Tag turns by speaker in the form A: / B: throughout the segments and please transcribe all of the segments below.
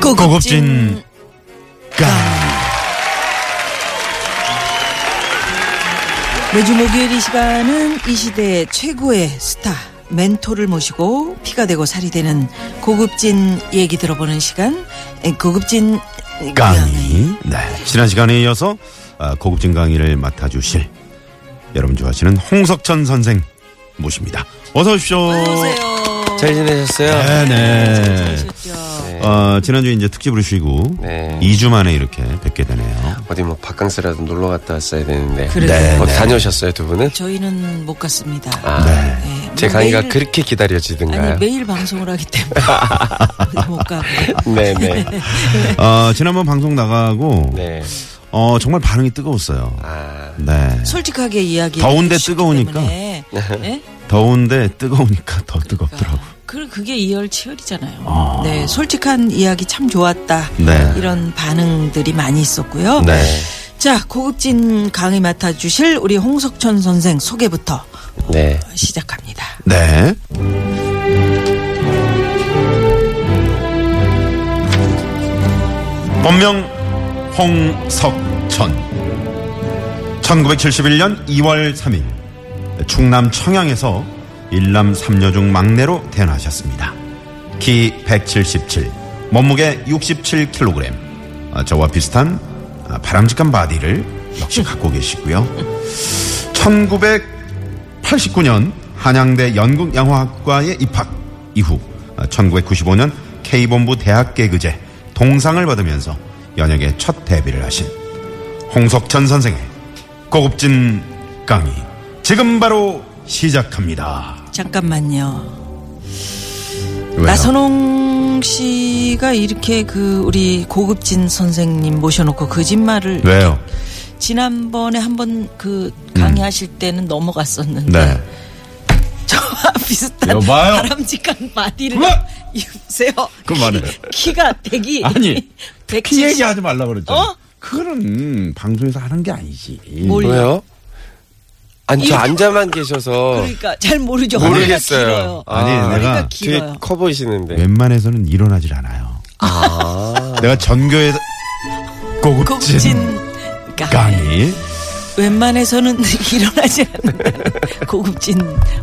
A: 고급진
B: 매주 목요일 이 시간은 이 시대의 최고의 스타 멘토를 모시고 피가 되고 살이 되는 고급진 얘기 들어보는 시간 에, 고급진
C: 강의. 네. 지난 시간에 이어서 아, 고급진 강의를 맡아주실 여러분 좋아하시는 홍석천 선생 모십니다. 어서 오십시오.
B: 어서오세요
D: 잘 지내셨어요?
C: 네, 네.
B: 잘하셨죠
C: 어, 지난주에 이제 특집으로 쉬고
D: 네.
C: 2주 만에 이렇게 뵙게 되네요.
D: 어디 뭐 바캉스라도 놀러 갔다 왔어야 되는데.
B: 그래요. 네,
D: 뭐 다녀오셨어요, 두 분은?
B: 저희는 못 갔습니다
D: 아,
B: 네,
D: 제
B: 뭐
D: 강의가
B: 매일-
D: 그렇게 기다려지든가요?
B: 아니 매일 방송을 하기 때문에 어디 못 가고
D: 네네.
C: 어, 지난번 방송 나가고
D: 네.
C: 어, 정말 반응이 뜨거웠어요.
D: 아,
C: 네.
B: 솔직하게 이야기
C: 더운데 뜨거우니까.
B: 네?
C: 더운데 뜨거우니까 더 뜨겁더라고.
B: 그 그게 이열치열이잖아요. 네, 솔직한 이야기 참 좋았다.
C: 네.
B: 이런 반응들이 많이 있었고요.
C: 네.
B: 자, 고급진 강의 맡아주실 우리 홍석천 선생 소개부터
D: 네.
B: 시작합니다.
C: 네. 본명 홍석천. 1971년 2월 3일 충남 청양에서 일남 삼녀 중 막내로 태어나셨습니다. 키 177, 몸무게 67kg. 저와 비슷한 아, 바람직한 바디를 역시 갖고 계시고요. 1989년 한양대 연극영화학과에 입학 이후 1995년 K본부 대학개그제 동상을 받으면서 연예계 첫 데뷔를 하신 홍석천 선생의 고급진 강의 지금 바로 시작합니다.
B: 잠깐만요.
C: 왜요?
B: 나선홍 씨가 이렇게 그 우리 고급진 선생님 모셔놓고 그 거짓말을
C: 왜요?
B: 지난번에 한번 그 강의하실 때는 넘어갔었는데
C: 음. 네.
B: 저와 비슷한
C: 여봐요.
B: 바람직한 바디를
C: 그만!
B: 입으세요.
C: 그만해요.
B: 키, 가 대기
C: 아니, 그
B: 170.
C: 얘기하지 말라 그랬죠.
B: 어?
C: 그거는 방송에서 하는 게 아니지.
B: 몰라.
D: 왜요? 아니, 저
B: 이거-
D: 앉아만 계셔서
B: 그러니까 잘 모르죠.
D: 모르겠어요.
B: 머리가 길어요.
C: 아니,
D: 아,
C: 내가
B: 머리가
D: 되게
B: 길어요.
D: 커 보이시는데.
C: 네. 웬만해서는 일어나질 않아요. 내가 전교에 고급진
B: 고급진 강의.
C: 강의.
B: 웬만해서는 일어나지 않는 고급진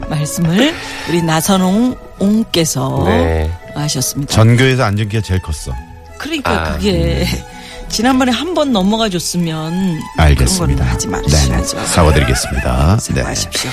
B: 말씀을 우리 나선홍 옹께서
D: 네.
B: 하셨습니다.
C: 전교에서 안전기가 제일 컸어.
B: 그러니까
D: 아,
B: 그게 지난번에 한 번 넘어가 줬으면 그런
C: 네. 알겠습니다.
B: 건 하지
C: 네네.
B: 말으셔야죠.
C: 사과드리겠습니다. 네.
B: 사과하십시오.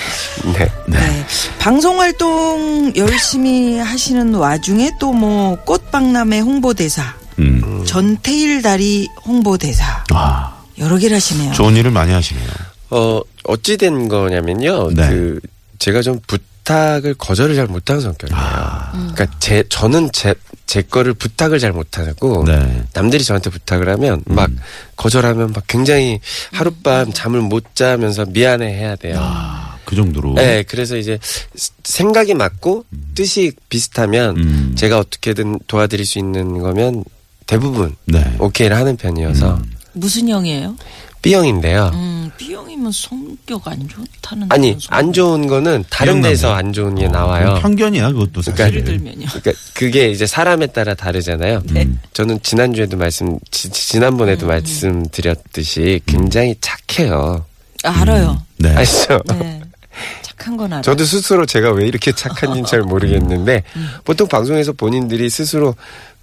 D: 네.
B: 네. 방송 활동 열심히 하시는 와중에 또 뭐 꽃박람회 홍보대사,
C: 음.
B: 전태일 다리 홍보대사
C: 아,
B: 여러 개를 하시네요.
C: 좋은 일을 많이 하시네요.
D: 어, 어찌 된 거냐면요.
C: 네.
D: 그, 제가 좀 부탁을 거절을 잘 못하는 성격이에요.
C: 아.
B: 음.
D: 그러니까 제, 저는 제, 제 거를 부탁을 잘 못하고.
C: 네.
D: 남들이 저한테 부탁을 하면
C: 음.
D: 막 거절하면 막 굉장히 하룻밤 잠을 못 자면서 미안해 해야 돼요.
C: 아, 그 정도로.
D: 네, 그래서 이제 스- 생각이 맞고 뜻이 비슷하면
C: 음.
D: 제가 어떻게든 도와드릴 수 있는 거면 대부분
C: 네.
D: 오케이를 하는 편이어서
C: 음.
B: 무슨 형이에요?
D: B형인데요.
B: 음, B형이면 성격 안 좋다는
D: 아니
B: 그런 소리.
D: 안 좋은 거는 다른
C: 음. B형이라며.
D: 데서 안 좋은 게 나와요.
C: 편견이야, 그것도 사실. 네.
B: 예를 들면요.
D: 그러니까 그게 이제 사람에 따라
C: 음.
D: 다르잖아요. 저는 지난주에도 말씀 지, 난번에도
B: 음.
D: 말씀드렸듯이 굉장히 착해요.
B: 아, 알아요.
C: 음. 네.
D: 아시죠?
B: 네. 착한 건 알아요.
D: 음.
B: 네.
D: 저도 스스로 제가 왜 이렇게 착한지는 잘 모르겠는데
B: 음,
D: 보통 방송에서 본인들이 스스로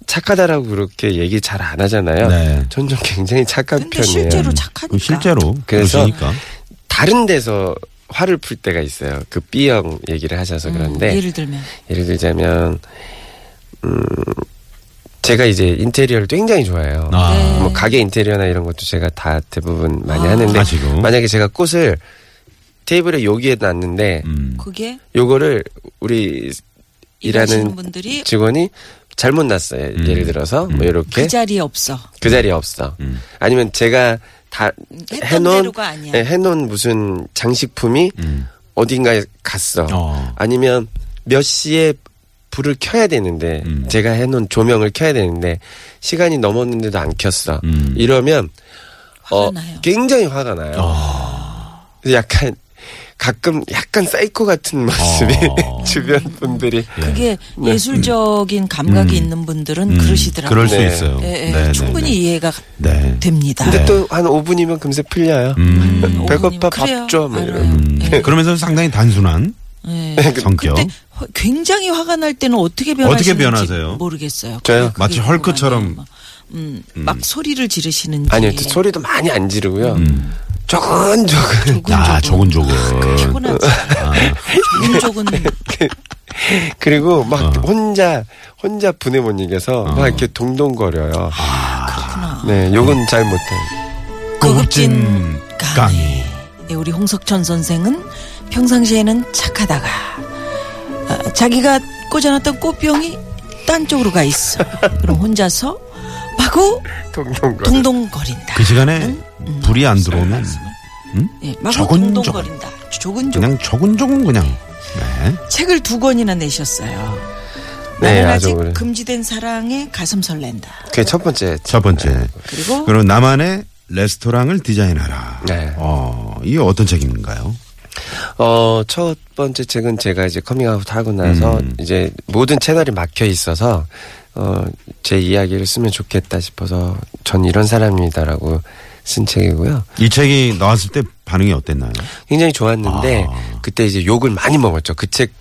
D: 착하다라고 그렇게 얘기 잘 안 하잖아요.
C: 네.
D: 전 좀 굉장히 착한
B: 근데
D: 편이에요. 음.
B: 실제로 착하니까.
C: 그 실제로.
D: 그래서-
C: 그러시니까.
D: 다른 데서 화를 풀 때가 있어요. 그 B형 얘기를 하셔서
B: 음,
D: 그런데
B: 예를 들면
D: 예를 들자면 음, 제가 이제 인테리어를 굉장히 좋아해요.
C: 아.
B: 네.
D: 뭐 가게 인테리어나 이런 것도 제가 다 대부분 많이 하는데
C: 아시고.
D: 만약에 제가 꽃을 테이블에 여기에 놨는데
C: 음.
B: 그게
D: 요거를 우리
B: 일하시는
D: 일하는
B: 분들이
D: 직원이 잘못 놨어요.
C: 음.
D: 예를 들어서 뭐 이렇게
B: 그 자리에 없어.
D: 그 자리에 없어.
C: 음.
D: 아니면 제가 다
B: 그러니까 했던
D: 해놓은
B: 대로가 아니야.
D: 예, 해놓은 무슨 장식품이 어딘가에 갔어.
C: 음. 어.
D: 아니면 몇 시에 불을 켜야 되는데
C: 음.
D: 제가 해놓은 조명을 켜야 되는데 시간이 넘었는데도 안 켰어.
C: 음.
D: 이러면 어,
B: 화가 나요.
D: 굉장히 화가 나요.
C: 아.
D: 그래서 약간 가끔 약간 사이코 같은 모습이
C: 어.
D: 주변 분들이
B: 그게
D: 네.
B: 예술적인 감각이 있는 분들은
C: 음,
B: 그러시더라고요.
C: 그럴 수
D: 네.
C: 있어요.
B: 예, 예,
C: 네, 네,
B: 충분히
C: 네.
B: 이해가
C: 네.
B: 됩니다.
D: 근데
C: 네.
D: 또 한 5분이면 금세 풀려요.
C: 음.
B: 음,
D: 배고파
B: 어머님, 그래요.
D: 밥 줘. 뭐
B: 알아요.
D: 이런.
C: 음. 네. 그러면서 상당히 단순한
B: 예.
C: 성격.
B: 그때 허- 굉장히 화가 날 때는 어떻게 변하시는지
C: 어떻게 변하세요?
B: 모르겠어요.
D: 저요?
B: 그게
C: 마치
B: 궁금하네요.
C: 헐크처럼.
B: 막, 음, 막 소리를 지르시는지.
D: 아니요, 또 소리도 많이 안 지르고요.
B: 음.
D: 조근 조근
C: 아, 조근조근. 아.
B: 피곤하지. 조근조근
D: 그리고 막
B: 어.
D: 혼자 혼자 분해 못 이겨서 막 이렇게 동동거려요.
B: 아, 그렇구나.
D: 네, 요건 잘 못해요.
C: 고급진 강의.
B: 예, 우리 홍석천 선생은 평상시에는 착하다가 아, 자기가 꽂아놨던 꽃병이 딴 쪽으로 가 있어. 그럼 혼자서 마구
D: 동동거려.
B: 동동거린다.
C: 그 시간에
D: 음.
C: 불이 안 들어오면
B: 예, 마구
C: 조근조근.
B: 동동거린다. 조근조근.
C: 그냥 조근조근 그냥. 네.
B: 책을 두 권이나 내셨어요.
D: 네,
B: 나는
D: 아주
B: 아직
D: 그래.
B: 금지된 사랑에 가슴 설렌다.
D: 그게 첫 번째.
C: 첫 번째.
B: 그리고
C: 그럼 나만의 레스토랑을 디자인하라.
D: 네.
C: 어, 이게 어떤 책인가요?
D: 어, 첫 번째 책은 제가 이제 커밍아웃 하고 나서
B: 음.
D: 이제 모든 채널이 막혀 있어서 어, 제 이야기를 쓰면 좋겠다 싶어서 전 이런 사람이다라고 쓴 책이고요.
C: 이 책이 나왔을 때 반응이 어땠나요?
D: 굉장히 좋았는데
C: 아.
D: 그때 이제 욕을 많이 먹었죠. 그 책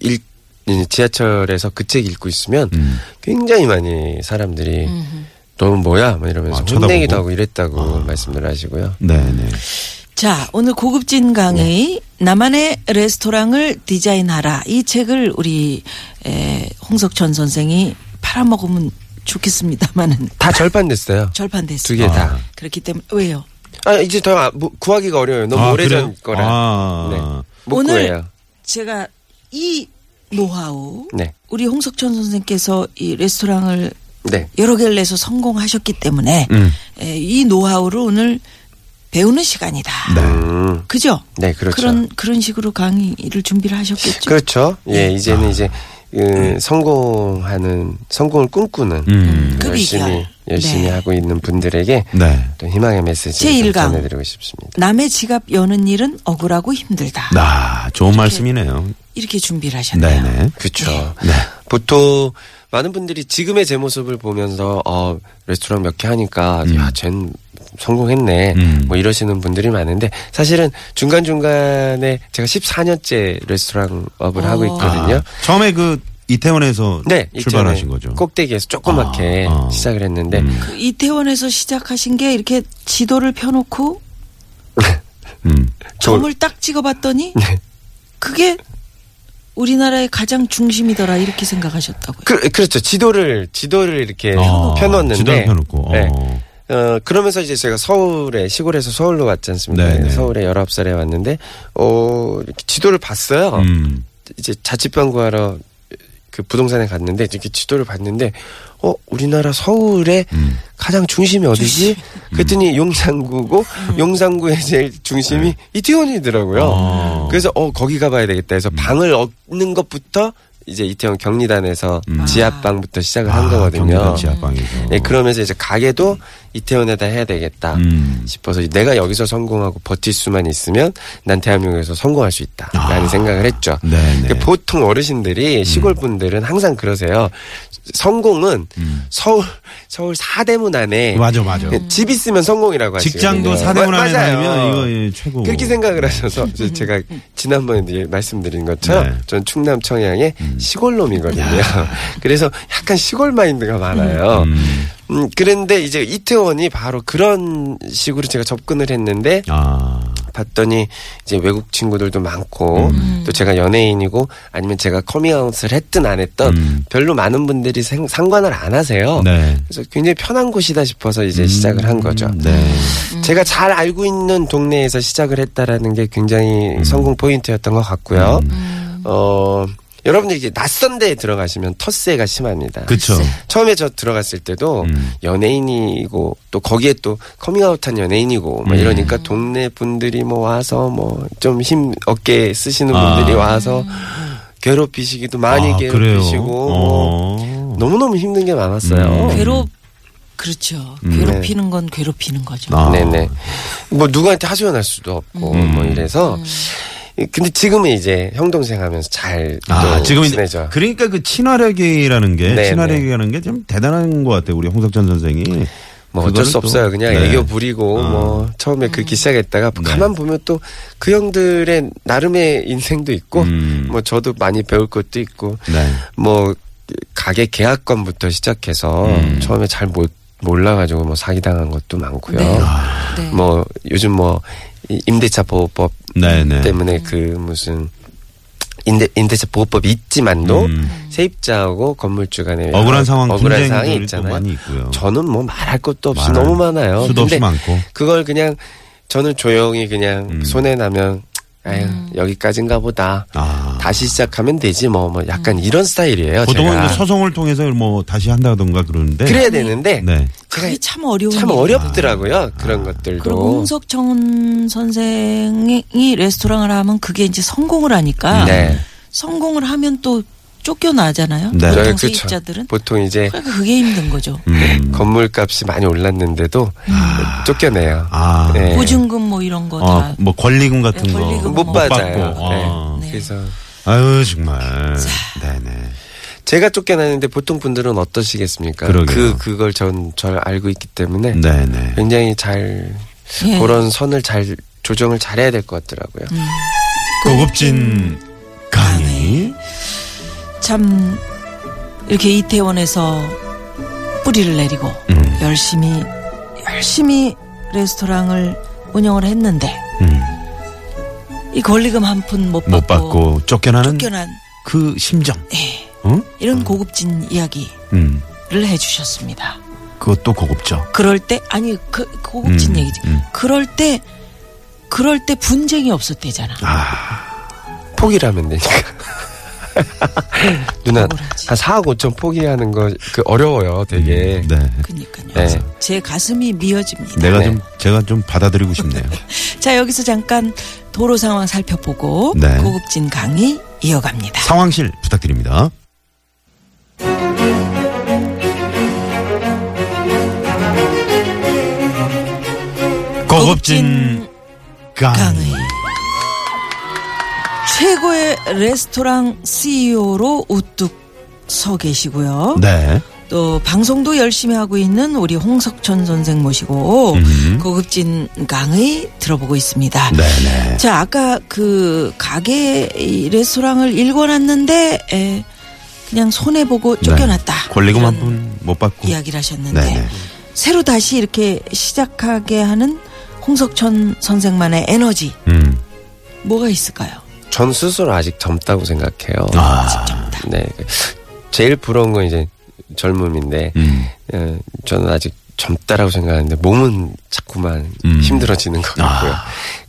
D: 읽, 이제 지하철에서 그 책 읽고 있으면
C: 음.
D: 굉장히 많이 사람들이 너는 뭐야? 막 이러면서
C: 아, 쳐다보고? 아.
D: 혼내기도 하고 이랬다고 말씀을 하시고요.
C: 네네.
B: 자 오늘 고급진 강의 나만의 레스토랑을 디자인하라 이 책을 우리 에, 홍석천 선생이 팔아먹으면 좋겠습니다만은
D: 다 절반됐어요.
B: 절판됐어요.
D: 두 개 다.
B: 그렇기 때문에 왜요?
D: 아 이제 더 아- 뭐 구하기가 어려워요. 너무
C: 아,
D: 오래전
C: 그래요?
D: 거라.
C: 아.
D: 네. 못
B: 오늘-
D: 구해요.
B: 제가 이 노하우
D: 네.
B: 우리 홍석천 선생께서 이 레스토랑을
D: 네.
B: 여러 개를 내서 성공하셨기 때문에
D: 음.
B: 에, 이 노하우를 오늘 배우는 시간이다.
C: 네.
D: 음.
B: 그죠?
D: 네, 그렇죠.
B: 런 그런 식으로 강의를 준비를 하셨겠죠.
D: 그렇죠. 예,
C: 아.
D: 이제는 이제 음, 성공하는 성공을 꿈꾸는
C: 음.
B: 그
D: 열심히
B: 비결.
D: 열심히
B: 네.
D: 하고 있는 분들에게
C: 네.
D: 또 희망의
B: 제
D: 메시지를 좀
B: 일강.
D: 전해드리고 싶습니다.
B: 남의 지갑 여는 일은 억울하고 힘들다.
D: 네.
C: 나 좋은 말씀이네요.
B: 이렇게 준비를 하셨네요.
C: 네네.
D: 그렇죠. 보통 많은 분들이 지금의 제 모습을 보면서 어 레스토랑 몇 개 하니까 야, 쟨 성공했네.
C: 음.
D: 뭐 이러시는 분들이 많은데 사실은 중간중간에 제가 14년째 레스토랑
B: 어.
D: 업을 하고 있거든요.
C: 아, 처음에 그 이태원에서
D: 네,
C: 출발하신
D: 이전에
C: 거죠.
D: 꼭대기에서 조그맣게
C: 아, 아.
D: 시작을 했는데
B: 그 이태원에서 시작하신 게 이렇게 지도를 펴놓고
C: 음.
B: 점을 딱 찍어봤더니
D: 네.
B: 그게 우리나라의 가장 중심이더라 이렇게 생각하셨다고요.
D: 그, 그렇죠. 지도를 지도를 이렇게
C: 어,
D: 네, 펴놓는데
C: 지도를 펴놓고.
D: 네.
C: 어.
D: 어, 그러면서 이제 제가 서울에, 시골에서 서울로 왔지 않습니까?
C: 네네.
D: 서울에 19살에 왔는데, 어, 이렇게 지도를 봤어요.
C: 음.
D: 이제 자취방 구하러 그 부동산에 갔는데, 이렇게 지도를 봤는데, 어, 우리나라 서울의
C: 음.
D: 가장 중심이 음. 어디지? 그랬더니 용산구고, 용산구의 제일 중심이 이태원이더라고요.
C: 네. 아. 음.
D: 그래서, 어, 거기 가봐야 되겠다 해서 방을 얻는 것부터 이제 이태원 경리단에서 지하방부터 시작을 그 한 거거든요.
C: 음. 아, 경기도 지하방에서.
D: 예, 그러면서 이제 가게도 이태원에다 해야 되겠다
C: 음.
D: 싶어서 내가 여기서 성공하고 버틸 수만 있으면 난 대한민국에서 성공할 수 있다라는 생각을 했죠.
C: 아. 음. 네네. 음.
D: 근데 보통 어르신들이 시골 분들은 항상 그러세요. 성공은 서울 서울 사대문 안에
C: 음. 그
D: 음.
C: 맞아 맞아.
D: 집 있으면 성공이라고 하시거든요.
C: 직장도 사대문
D: 마-
C: 안에
D: 네, 맞아요.
C: 다니면 이거 예, 최고.
D: 그렇게 생각을 하셔서 이제 제가 지난번에 이제 말씀드린 것처럼
C: 네. 음.
D: 전 충남 청양의 시골놈이거든요. 그래서 약간 시골 마인드가 많아요.
C: 음.
D: 음, 그런데 이제 이태원이 바로 그런 식으로 제가 접근을 했는데
C: 아.
D: 봤더니 이제 외국 친구들도 많고
C: 음.
D: 또 제가 연예인이고 아니면 제가 커밍아웃을 했든 안 했든
C: 음.
D: 별로 많은 분들이 생- 상관을 안 하세요.
C: 네. 음.
D: 그래서 굉장히 편한 곳이다 싶어서 이제 시작을 한 어, 거죠.
C: 네.
D: 제가 잘 알고 있는 동네에서 시작을 했다라는 게 굉장히
C: 음.
D: 성공 포인트였던 것 같고요. 어, 여러분들 이제 낯선 데에 들어가시면 텃세가 심합니다.
C: 그쵸.
D: 처음에 저 들어갔을 때도
C: 음.
D: 연예인이고 또 거기에 또 커밍아웃한 연예인이고 뭐
C: 음.
D: 이러니까 동네 분들이 뭐 와서 뭐 좀 힘 어깨 쓰시는
C: 아.
D: 분들이 와서 괴롭히시기도 많이
C: 아,
D: 괴롭히시고
C: 그래요?
D: 뭐
C: 어.
D: 너무너무 힘든 게 많았어요.
C: 음.
B: 괴롭 그렇죠.
C: 음.
D: 네.
B: 괴롭히는 건 괴롭히는 거죠.
C: 아.
D: 네네. 뭐 누구한테 하소연할 수도 없고
C: 음.
D: 뭐 이래서. 근데 지금은 이제 형 동생 하면서 잘
C: 아,
D: 또
C: 지금 이제
D: 친해져.
C: 그러니까 그 친화력이라는 게
D: 네,
C: 친화력이라는 게 좀 대단한 것 같아요. 우리 홍석천 선생이. 네.
D: 뭐 어쩔
C: 그거를
D: 수
C: 또-
D: 없어요. 그냥
C: 네.
D: 애교 부리고
C: 아.
D: 뭐 처음에 그렇게 시작했다가
C: 네.
D: 가만 보면 또 그 형들의 나름의 인생도 있고
C: 음.
D: 뭐 저도 많이 배울 것도 있고
C: 네.
D: 뭐 가게 계약권부터 시작해서
C: 음.
D: 처음에 잘 못 몰라가지고 뭐 사기당한 것도 많고요.
B: 네.
C: 아.
B: 네.
D: 뭐 요즘 뭐 이- 임대차 보호법
C: 네네.
D: 때문에 그 무슨 임대 임대차 보호법이 있지만도
C: 음.
D: 세입자하고 건물주 간에
C: 억울한 상황,
D: 억울한 상황이
C: 분쟁들이 또
D: 있잖아요.
C: 많이 있고요.
D: 저는 뭐 말할 것도 없이
C: 많아요.
D: 너무 많아요.
C: 수도 없이
D: 근데
C: 많고.
D: 그걸 그냥 저는 조용히 그냥
C: 음.
D: 손에 나면 아유
B: 음.
D: 여기까지인가 보다.
C: 아.
D: 다시 시작하면 되지 뭐 뭐 약간
B: 음.
D: 이런 스타일이에요.
C: 보통은
D: 그러니까 제가.
C: 이제 소송을 통해서 뭐 다시 한다던가 그러는데.
D: 그래야 되는데
C: 네. 아.
D: 제가
B: 그게 참 어려운
D: 참
B: 일이다.
D: 어렵더라고요. 그런
B: 그리고
D: 것들도.
B: 홍석천 선생이 레스토랑을 하면 그게 이제 성공을 하니까
D: 네.
B: 성공을 하면 또 쫓겨나잖아요.
C: 네.
D: 네,
B: 보통
D: 그쵸.
B: 세입자들은
D: 보통 이제
B: 그러니까 그게 힘든 거죠.
D: 네.
C: 음.
D: 건물값이 많이 올랐는데도
B: 음.
D: 쫓겨내요.
C: 아.
D: 네.
B: 보증금 뭐 이런 거 다.
C: 어, 뭐 권리금 같은
B: 네,
C: 거.
B: 권리금
D: 못
B: 못
D: 받아요.
C: 받고,
D: 네.
C: 아.
B: 네.
D: 그래서
C: 아유, 정말. 네네.
D: 제가 쫓겨나는데 보통 분들은 어떠시겠습니까?
C: 그러게요.
D: 그 그걸 전 잘 알고 있기 때문에
C: 네네.
D: 굉장히 잘
B: 예. 음.
D: 그런 선을 잘 조정을 잘해야 될 것 같더라고요.
C: 고급진
B: 네.
C: 강의.
B: 참 이렇게 이태원에서 뿌리를 내리고
C: 음.
B: 열심히 열심히 레스토랑을 운영을 했는데
C: 음.
B: 이 권리금 한 푼 못
C: 못
B: 받고
C: 받고 쫓겨나는
B: 쫓겨난
C: 그 심정.
B: 예.
C: 응?
B: 이런 고급진 이야기를
C: 음.
B: 해주셨습니다.
C: 그것도 고급죠.
B: 그럴 때 아니 그 고급진
C: 음,
B: 얘기지.
C: 음.
B: 그럴 때 그럴 때 분쟁이 없었대잖아.
D: 포기라면 되니까. 누나
B: 억울하지.
D: 한 4억 5천 포기하는 거 그 어려워요, 되게.
C: 네.
B: 그러니까요.
D: 네.
B: 제 가슴이 미어집니다.
C: 내가
D: 네.
C: 좀 제가 좀 받아들이고 싶네요.
B: 자 여기서 잠깐 도로 상황 살펴보고
C: 네.
B: 고급진 강의 이어갑니다.
C: 상황실 부탁드립니다. 고급진
B: 강의.
C: 강의.
B: 최고의 레스토랑 CEO로 우뚝 서 계시고요.
C: 네.
B: 또 방송도 열심히 하고 있는 우리 홍석천 선생 모시고
C: 음.
B: 고급진 강의 들어보고 있습니다.
C: 네네.
B: 자, 아까 그 가게 이 레스토랑을 일궈놨는데 에, 그냥 손해 보고 쫓겨났다.
C: 권리금
B: 이런
C: 한 푼 못 받고.
B: 이야기를 하셨는데
C: 네. 음. 네네.
B: 새로 다시 이렇게 시작하게 하는 홍석천 선생만의 에너지
C: 음.
B: 뭐가 있을까요?
D: 전 스스로 아직 젊다고 생각해요.
C: 아.
B: 정답.
D: 네. 제일 부러운 건 이제 젊음인데
C: 음.
D: 예, 저는 아직 젊다라고 생각하는데 몸은 자꾸만
C: 음. 아.
D: 힘들어지는 것 같고요.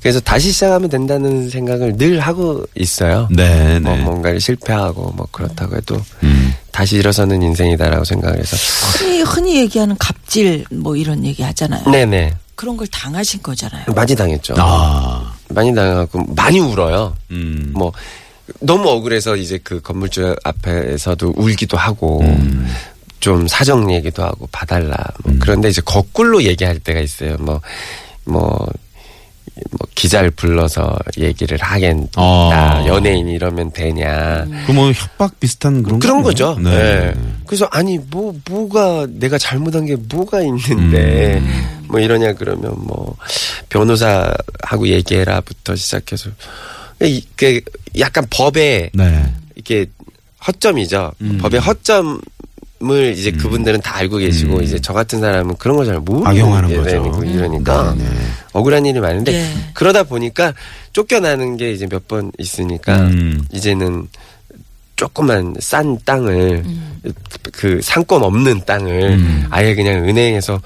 D: 그래서 다시 시작하면 된다는 생각을 늘 하고 있어요.
C: 네네.
D: 뭐 뭔가를 실패하고 뭐 그렇다고 해도
C: 음.
D: 다시 일어서는 인생이다라고 생각을 해서
B: 흔히 흔히 얘기하는 갑질 뭐 이런 얘기 하잖아요.
D: 네네
B: 그런 걸 당하신 거잖아요.
D: 많이 당했죠.
C: 아.
D: 많이 당하고 많이 울어요.
C: 음.
D: 뭐 너무 억울해서 이제 그 건물주 앞에서도 울기도 하고
C: 음.
D: 좀 사정 얘기도 하고 봐달라 뭐 그런데 이제 거꾸로 얘기할 때가 있어요 뭐 뭐 뭐 기자를 불러서 얘기를 하겠다
C: 어.
D: 연예인 이러면 되냐
C: 그뭐 협박 비슷한 그런 거네요.
D: 그런 거죠 네. 그래서 아니 뭐 뭐가 내가 잘못한 게 뭐가 있는데
C: 음.
D: 뭐 이러냐 그러면 뭐 변호사하고 얘기해라부터 시작해서 이게 그 약간 법에
C: 네. 음.
D: 이게 렇 허점이죠. 법의 허점을 을 이제 그분들은 다 알고 계시고 이제 저 같은 사람은 그런 걸 잘 모르는
C: 음. 악용하는
D: 게
C: 거죠.
D: 되고 이러니까
C: 네, 네.
D: 억울한 일이 많은데
B: 예.
D: 그러다 보니까 쫓겨나는 게 이제 몇 번 있으니까
C: 음.
D: 이제는 조금만 싼 땅을
B: 음.
D: 그 상권 없는 땅을
C: 음.
D: 아예 그냥 은행에서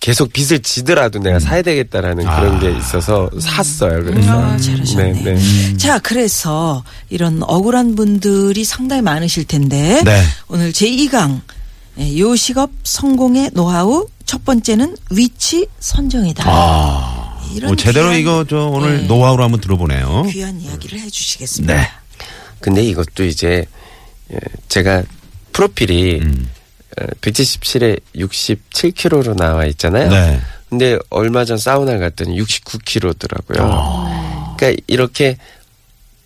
D: 계속 빚을 지더라도
C: 음.
D: 내가 사야 되겠다라는
C: 아.
D: 그런 게 있어서 샀어요. 그래서
C: 음.
B: 아, 잘하셨네. 자, 그래서 이런 억울한 분들이 상당히 많으실 텐데
C: 네.
B: 오늘 제2강 예, 요식업 성공의 노하우 첫 번째는 위치 선정이다. 이런
C: 어, 제대로
B: 귀한,
C: 이거 저 오늘
B: 예,
C: 노하우로 한번 들어보네요.
B: 귀한 이야기를 해주시겠습니다.
C: 네.
D: 근데 이것도 이제 예, 제가 프로필이
C: 음.
D: 어, 177에 67kg로 나와 있잖아요.
C: 네.
D: 근데 얼마 전 사우나 갔더니 69kg더라고요.
C: 아.
D: 그러니까 이렇게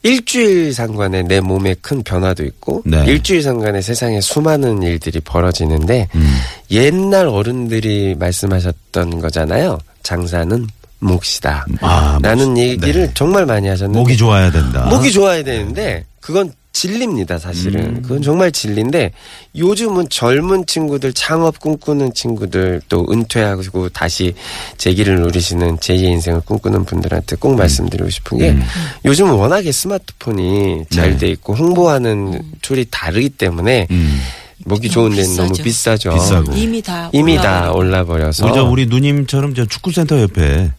D: 일주일 상관에 내 몸에 큰 변화도 있고
C: 네.
D: 일주일 상관에 세상에 수많은 일들이 벌어지는데
C: 음.
D: 옛날 어른들이 말씀하셨던 거잖아요. 장사는 몫이다.
C: 아,
D: 라는
C: 몫.
D: 얘기를
C: 네.
D: 정말 많이 하셨는데
C: 목이 좋아야 음. 된다.
D: 목이 좋아야 되는데 그건 진리입니다 사실은 그건 정말 진리인데 요즘은 젊은 친구들 창업 꿈꾸는 친구들 또 은퇴하고 다시 재기를 누리시는 제2의 인생을 꿈꾸는 분들한테
C: 음.
D: 꼭 말씀드리고 싶은 게 요즘은 워낙에 스마트폰이 잘
C: 네.
D: 돼 있고 홍보하는 툴이 다르기 때문에
C: 음.
D: 목이 좋은 데는 너무 비싸죠
C: 비싸고.
B: 이미 다
D: 이미
B: 올라와
D: 다
B: 있는
D: 올라버려서
C: 우리 저 우리 누님처럼 저 축구센터 옆에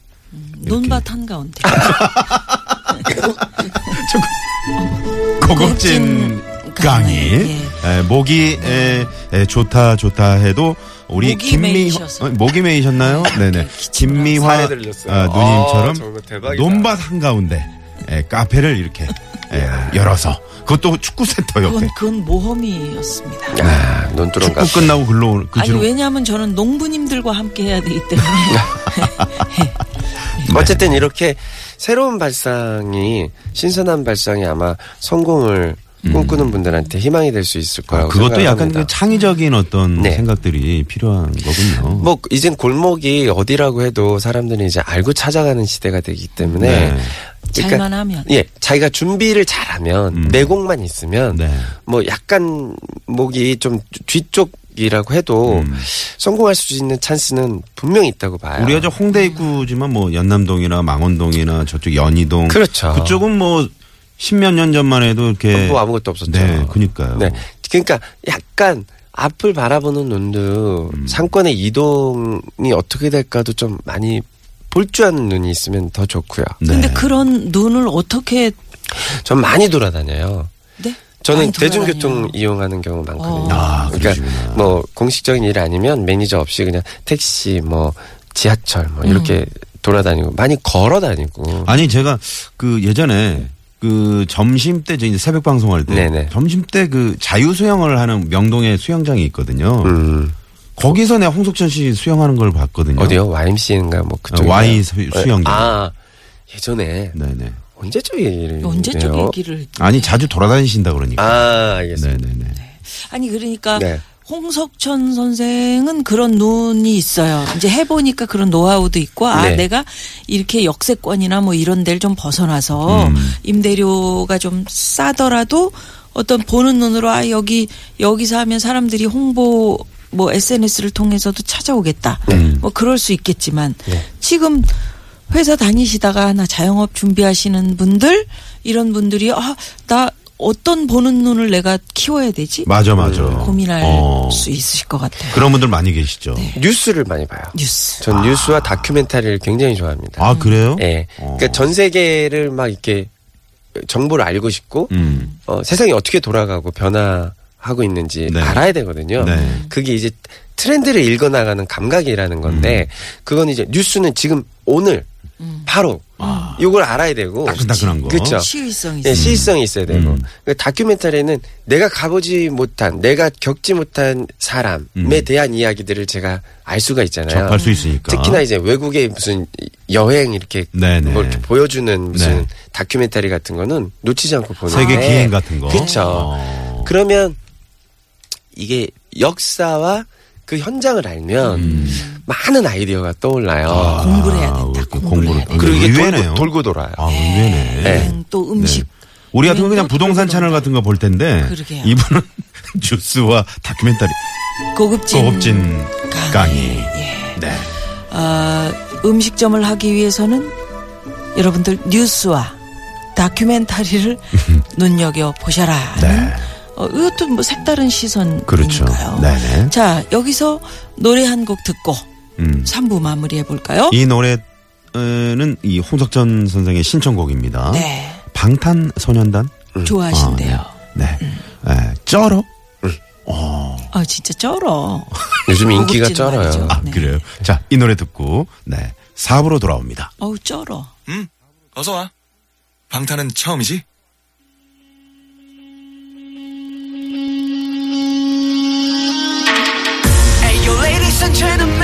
B: 논밭 한 가운데
C: 아, 고급진 예, 강의 에, 목이 에, 에, 예, 좋다 좋다 해도 우리
B: 목이
C: 김미
B: 메이셨어요.
C: 어, 목이 메이셨나요? 네네 김미화
D: 사례 들렸어요.
C: 아,
D: 아,
C: 누님처럼
D: 정말 대박이다.
C: 논밭 한 가운데 예, 카페를 이렇게 에, 열어서 그것도 축구센터 옆에
B: 그건 그건 모험이었습니다.
D: 아, 논두렁가
C: 축구 끝나고 글로 오- 그
B: 아니
C: 뒤로 네.
B: 왜냐하면 저는 농부님들과 함께 해야 되기 때문에
D: 어쨌든 이렇게 새로운 발상이 신선한 발상이 아마 성공을 꿈꾸는 분들한테 희망이 될 수 있을 거라고
C: 음. 그것도 약간
D: 생각합니다.
C: 그 창의적인 어떤
D: 네.
C: 생각들이 필요한 거군요.
D: 뭐 이젠 골목이 어디라고 해도 사람들이 이제 알고 찾아가는 시대가 되기 때문에
C: 네.
B: 잘만 하면.
D: 예 자기가 준비를 잘하면 내공만 있으면
C: 음. 네.
D: 뭐 약간 목이 좀 뒤쪽 이라고 해도 성공할 수 있는 찬스는 분명히 있다고 봐요.
C: 음. 우리가 저 홍대 입구지만 뭐 연남동이나 망원동이나 저쪽 연희동
D: 그렇죠.
C: 그쪽은 뭐 십몇 년 전만 해도 이렇게
D: 뭐 아무것도 없었죠.
C: 네, 그니까요.
D: 네. 그러니까 약간 앞을 바라보는 눈도
C: 음.
D: 상권의 이동이 어떻게 될까도 좀 많이 볼 줄 아는 눈이 있으면 더 좋고요.
C: 음. 네.
B: 근데 그런 눈을 어떻게
D: 전 많이 돌아다녀요.
B: 네?
D: 저는
B: 많이 돌아다녀요.
D: 대중교통 이용하는 경우 많거든요.
B: 어.
C: 아,
D: 그러니까
C: 그러시구나.
D: 뭐 공식적인 일 아니면 매니저 없이 그냥 택시 뭐 지하철 뭐
B: 음.
D: 이렇게 돌아다니고 많이 걸어 다니고
C: 아니 제가 그 예전에 그 점심 때 저희 이제 새벽 방송할 때
D: 네네.
C: 점심 때 그 자유 수영을 하는 명동에 수영장이 있거든요.
D: 음.
C: 거기서 내가 홍석천 씨 수영하는 걸 봤거든요.
D: 어디요? YMC인가 뭐 그쪽
C: Y 수영장.
D: 아 예전에
C: 네네.
D: 언제적 얘기를
B: 언제 쪽
D: 했네요.
B: 얘기를
C: 아니 자주 돌아다니신다 그러니까.
D: 아 알겠습니다.
C: 네네네.
B: 아니 그러니까
D: 네.
B: 홍석천 선생은 그런 눈이 있어요. 이제 해보니까 그런 노하우도 있고 아
D: 네.
B: 내가 이렇게 역세권이나 뭐 이런 데를 좀 벗어나서
D: 음.
B: 임대료가 좀 싸더라도 어떤 보는 눈으로 아 여기 여기서 하면 사람들이 홍보 뭐 SNS를 통해서도 찾아오겠다.
D: 네.
B: 뭐 그럴 수 있겠지만 지금 회사 다니시다가 하나 자영업 준비하시는 분들 이런 분들이 아 나 어떤 보는 눈을 내가 키워야 되지?
C: 맞아 맞아.
B: 그 고민할
C: 어.
B: 수 있으실 것 같아요.
C: 그런 분들 많이 계시죠.
B: 네.
D: 뉴스를 많이 봐요.
B: 뉴스.
D: 전 뉴스와 다큐멘터리를 굉장히 좋아합니다.
C: 아 그래요? 어.
D: 예. 그러니까 전 세계를 막 이렇게 정보를 알고 싶고
C: 음.
D: 어, 세상이 어떻게 돌아가고 변화하고 있는지
C: 네.
D: 알아야 되거든요.
C: 네.
D: 그게 이제 트렌드를 읽어나가는 감각이라는 건데
C: 음.
D: 그건 이제 뉴스는 지금 오늘 바로 이걸 알아야 되고
C: 따끈따끈한 거.
D: 그렇죠.
B: 시의성이
C: 예,
D: 네,
B: 있어요.
D: 시의성이 있어야 되고
C: 음.
D: 그 다큐멘터리는 내가 가보지 못한 내가 겪지 못한 사람에 대한 이야기들을 제가 알 수가
C: 음.
D: 있잖아요.
C: 접할 수 있으니까.
D: 네. 특히나 이제 외국의 무슨 여행 이렇게
C: 네네.
D: 뭐 이렇게 보여주는 무슨
C: 네.
D: 다큐멘터리 같은 거는 놓치지 않고 보는
C: 세계 기행 같은 거.
D: 네. 그렇죠.
C: 어.
D: 그러면 이게 역사와 그 현장을 알면 많은 아이디어가 떠올라요.
B: 공부를 해야
C: 음. 아,
B: 된다.
C: 이렇게 공부를
B: 공부를 해야 된다.
C: 그리고
D: 그리고 이게
C: 의외네요.
D: 돌고, 돌고 돌아요.
C: 아 의외네.
D: 네.
B: 예. 음, 또 음식
C: 우리 같은 건 그냥 부동산 채널 같은 거 볼 텐데
B: 그러게요.
C: 이분은 뉴스와 다큐멘터리
B: 고급진,
C: 고급진 강의.
B: 예.
C: 네.
B: 어, 음식점을 하기 위해서는 여러분들 뉴스와 다큐멘터리를 눈여겨 보셔라.
C: 네.
B: 어, 이것도 뭐 색다른 시선이니까요.
C: 그렇죠. 네네.
B: 자 여기서 노래 한 곡 듣고
C: 음.
B: 3부 마무리해 볼까요?
C: 이 노래는 이 홍석천 선생의 신청곡입니다.
B: 네,
C: 방탄소년단.
B: 좋아하신대요.
C: 아, 네. 네. 예, 쩔어. 네.
B: 아 진짜 쩔어.
D: 요즘 인기가
B: 고급진
D: 쩔어요.
B: 말이죠.
C: 아,
B: 네.
C: 그래요. 자, 이 노래 듣고 네. 4부로 돌아옵니다.
B: 어우 쩔어.
E: 응, 어서 와. 방탄은 처음이지?
F: Ayo ladies and gentlemen